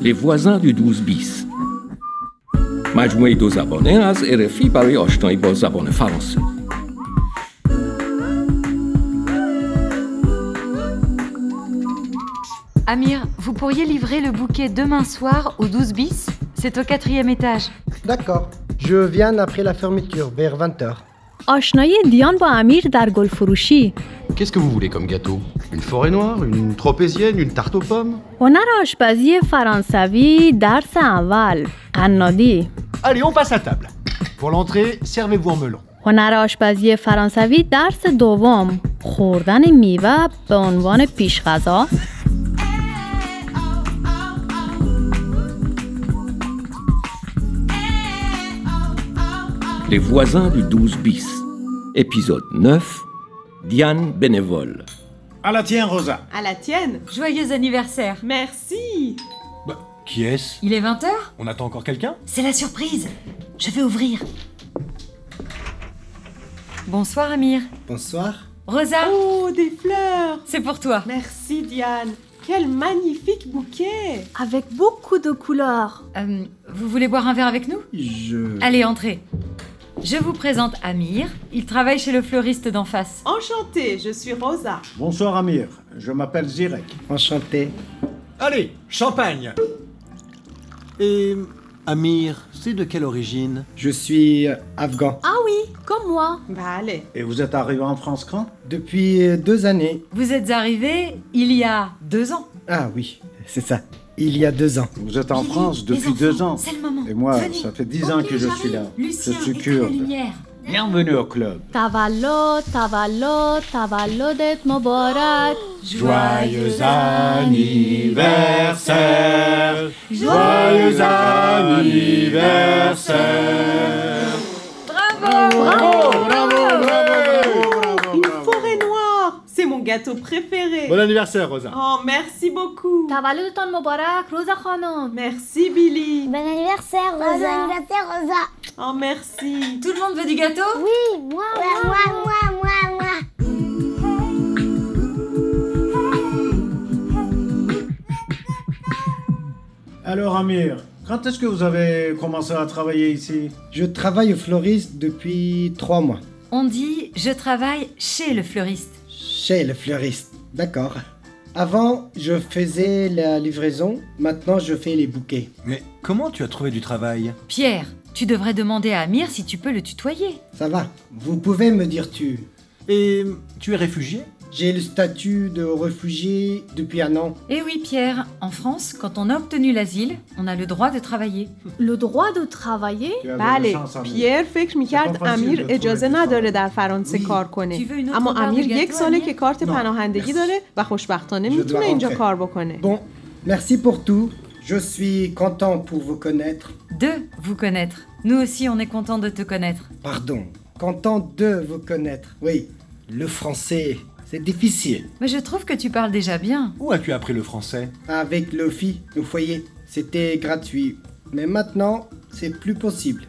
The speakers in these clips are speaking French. les voisins du 12 بیست مجموعه دو زبانه از RFI برای آشنایی با زبان فرانسه Amir, vous pourriez livrer le bouquet demain soir au 12 bis C'est au quatrième étage. D'accord. Je viens après la fermeture, vers 20h. آشنایی دیان با امیر در گل فروشی Qu'est-ce que vous voulez comme gâteau Une forêt noire Une tropézienne Une tarte aux pommes هنر آشپزی فرانسوی درس اول قنادی Allez, on passe à table. Pour l'entrée, servez-vous en melon. هنر آشپزی فرانسوی درس دوم خوردن میوه به عنوان پیشغذا Les voisins du 12 bis. Épisode 9. Diane bénévole. À la tienne, Rosa. À la tienne Joyeux anniversaire Merci Bah, qui est-ce Il est 20h On attend encore quelqu'un C'est la surprise Je vais ouvrir. Bonsoir Amir. Bonsoir. Rosa, Oh, des fleurs c'est pour toi. Merci Diane Quel magnifique bouquet Avec beaucoup de couleurs. Euh, vous voulez boire un verre avec nous Je. Allez, entrez. Je vous présente Amir. Il travaille chez le fleuriste d'en face. Enchantée, je suis Rosa. Bonsoir, Amir. Je m'appelle Zirek. Enchanté. Allez, champagne Et. Amir, c'est de quelle origine Je suis euh, afghan. Ah oui, comme moi. Bah allez, Et vous êtes arrivé en France quand Depuis euh, deux années. Vous êtes arrivé il y a deux ans. Ah oui, c'est ça. Il y a deux ans. Vous êtes en Lily, France les depuis enfants, deux ans. C'est le moment. Et moi, Venez. ça fait dix ans Ok, que je suis j'arrive. là. Lucien, je suis éteins les kurde. lumières. Bienvenue au club. tavallo tavallo tavallodet mobarak. Joyeux anniversaire Joyeux anniversaire Bravo une forêt noire C'est mon gâteau préféré Bon anniversaire, Rosa Oh, merci beaucoup tavallodeton mobarak, Rosa khanam. Merci Billy Bon anniversaire, Rosa. Bon anniversaire, Rosa. Oh, merci Tout le monde veut du gâteau Oui, moi, moi, moi, moi, moi. Alors, Amir, quand est-ce que vous avez commencé à travailler ici Je travaille au fleuriste depuis trois mois. On dit je travaille chez le fleuriste. Chez le fleuriste. D'accord. Avant, je faisais la livraison. Maintenant, je fais les bouquets. Mais comment tu as trouvé du travail Pierre, tu devrais demander à Amir si tu peux le tutoyer. Ça va. Vous pouvez me dire tu. Et. Tu es réfugié J'ai le statut de réfugié depuis un an. Eh oui Pierre, en France, quand on a obtenu l'asile, on a le droit de travailler. Le droit de travailler Tu avais بله une chance, Amir. پیر فکر اتفاق میکرد فارسی امیر رو تو اجازه انتخاب. نداره در فرانسه کار کنه تیوه اینا اما تو برمیگرد امیر تو یک ساله امیر؟ که کارت نه. پناهندگی مرسی. داره و خوشبختانه Je میتونه dois اینجا rentrer. کار بکنه Bon, merci pour tout. Je suis content pour vous connaître. De vous connaître. Nous aussi on est content de te connaître. Pardon, content de vous connaître. Oui, le français, c'est difficile. Mais je trouve que tu parles déjà bien. Où as-tu appris le français Avec Lofi, au foyer, c'était gratuit. Mais maintenant, c'est plus possible.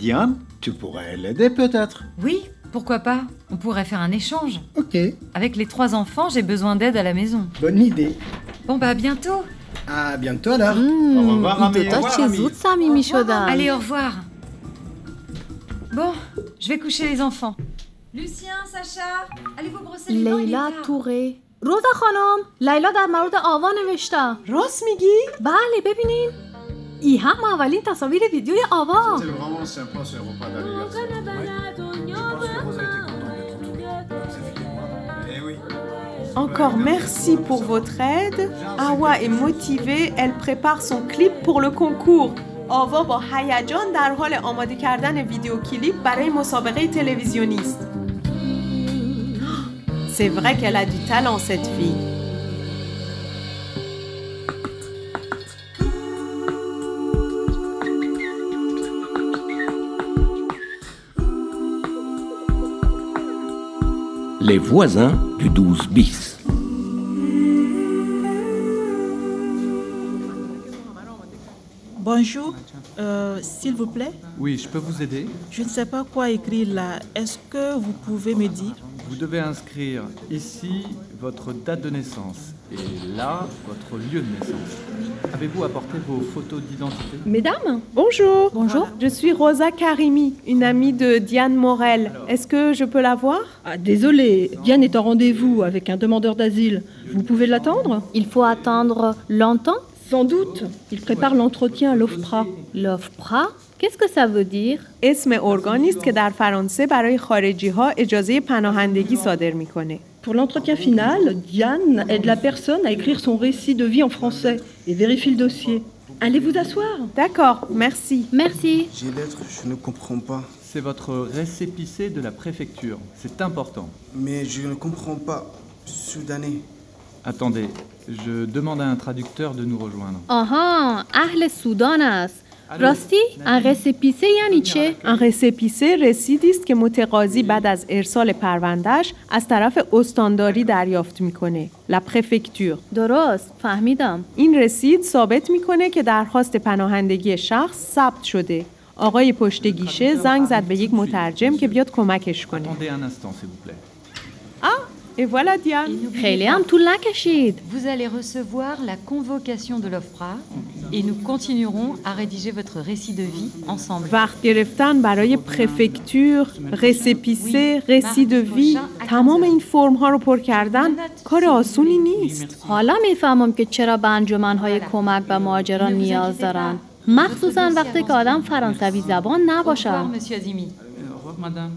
Diane, tu pourrais l'aider peut-être. Oui, pourquoi pas On pourrait faire un échange. Ok, Avec les trois enfants, j'ai besoin d'aide à la maison. bonne idée. Bon bah à bientôt. À bientôt alors. Au revoir, Amir. این دوتا Au revoir, چه Amir. زود صمیمی Ah. شدن Allez, au revoir. Bon, je vais coucher les enfants. Lucien, Sacha, allez vous brosser les dents. il est لیلا tard. توغه روزا خانم لیلا در مورد آوا نوشته راست میگی؟ بله ببینین ای هم اولین تصاویر ویدیوی آوا C'était vraiment sympa ce repas d'anniversaire. Eh Encore merci pour votre aide. Awa est motivée, elle prépare son clip pour le concours. آوا با هیجان در حال آماده کردن ویدیو کلیپ برای مسابقه تلویزیونی است. C'est vrai qu'elle a du talent cette fille. Les voisins du 12 bis. Bonjour, Euh, s'il vous plaît, Oui, je peux vous aider. je ne sais pas quoi écrire là. Est-ce que vous pouvez me dire Vous devez inscrire ici votre date de naissance Et là, votre lieu de naissance. Avez-vous apporté vos photos d'identité Mesdames, bonjour. Bonjour. Je suis Rosa Karimi, une amie de Diane Morel. Est-ce que je peux la voir Ah, désolé, Diane est en rendez-vous avec un demandeur d'asile. Vous pouvez l'attendre Il faut attendre longtemps Sans doute. Il prépare l'entretien à l'OFPRA. L'OFPRA Qu'est-ce que ça veut dire اسم ارگانی است که در فرانسه برای خارجی ها اجازه پناهندگی صادر میکنه. Pour l'entretien final, Diane aide la personne à écrire son récit de vie en français et vérifie le dossier. Allez vous asseoir. D'accord, merci. Merci. J'ai lettre, je ne comprends pas. C'est votre récépissé de la préfecture. C'est important. Mais je ne comprends pas. Soudanais. Attendez, je demande à un traducteur de nous rejoindre. آها اهل سودان است راستی ان رسپیسه یعنی چه ان رسپیسه رسیدی است که متقاضی بعد از ارسال پروندهش از طرف استانداری دریافت میکنه لا پرفکتور درست فهمیدم این رسید ثابت میکنه که درخواست پناهندگی شخص ثبت شده آقای پشت گیشه زنگ زد به یک مترجم که بیاد کمکش کنه Attendez un instant, s'il vous plaît. آه Et voilà Diane. خیلی هم طول نکشید Vous allez recevoir la convocation de l'OFPRA et nous continuerons à rédiger votre récit de vie ensemble. وقت گرفتن برای پرفکتور، رسپیسه، رسید وی تمام این فرم ها رو پر کردن کار آسونی نیست حالا میفهمم که چرا به انجمنهای کمک و مهاجران نیاز دارن مخصوصا وقتی که آدم فرانسوی زبان Au revoir, نباشه monsieur Azimi. Au revoir, madame.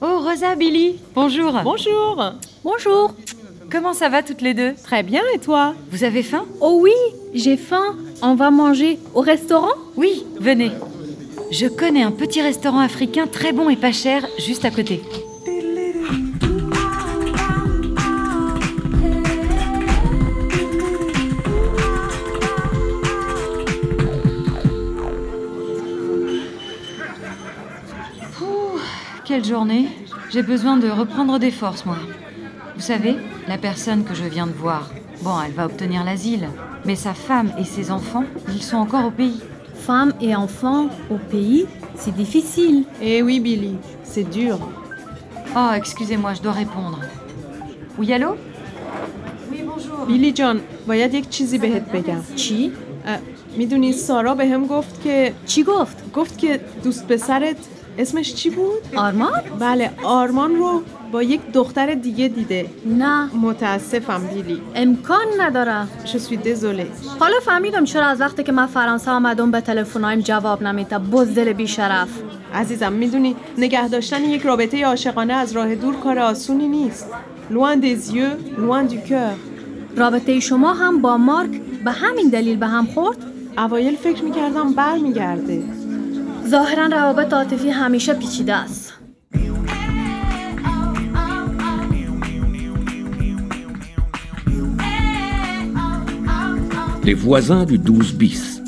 Oh, Rosa, Billy, bonjour. Bonjour. Bonjour. Comment ça va toutes les deux Très bien et toi Vous avez faim Oh oui, j'ai faim. On va manger au restaurant Oui, venez. Je connais un petit restaurant africain très bon et pas cher, juste à côté. Pouh, Quelle journée J'ai besoin de reprendre des forces, moi. Vous savez, la personne que je viens de voir, bon, elle va obtenir l'asile, mais sa femme et ses enfants, ils sont encore au pays. Femmes et enfants au pays, c'est difficile. Eh oui Billy, c'est dur. Oh, excusez-moi, je dois répondre. Oui, allô Oui, bonjour. بیلی جان باید یک چیزی بهت بگم چی؟ اه، میدونی سارا به هم گفت که چی گفت؟ گفت که دوست پسرت اسمش چی بود؟ آرمان؟ بله آرمان رو با یک دختر دیگه دیده نه متاسفم بیلی امکان نداره Je suis désolée. حالا فهمیدم چرا از وقتی که من فرانسه آمدم به تلفنایم جواب نمیده بزدل بیشرف عزیزم میدونی نگه داشتن یک رابطه عاشقانه از راه دور کار آسونی نیست loin des yeux loin du cœur رابطه شما هم با مارک به همین دلیل به هم خورد اوایل فکر میکردم بر میگرده ظاهرا روابط عاطفی همیشه پیچیده است Les voisins du 12 bis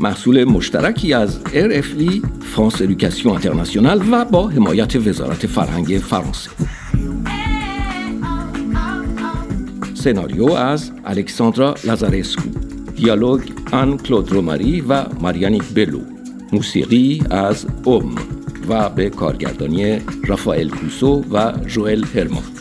محصول مشترکی از RFI فرانس Education International و با حمایت وزارت فرهنگ فرانسه سناریو از الکساندرا لازارسکو دیالوگ آن کلود روماری و ماریانی بلو موسیقی از اوم و به کارگردانی رافائل کوسو و جوئل هرمان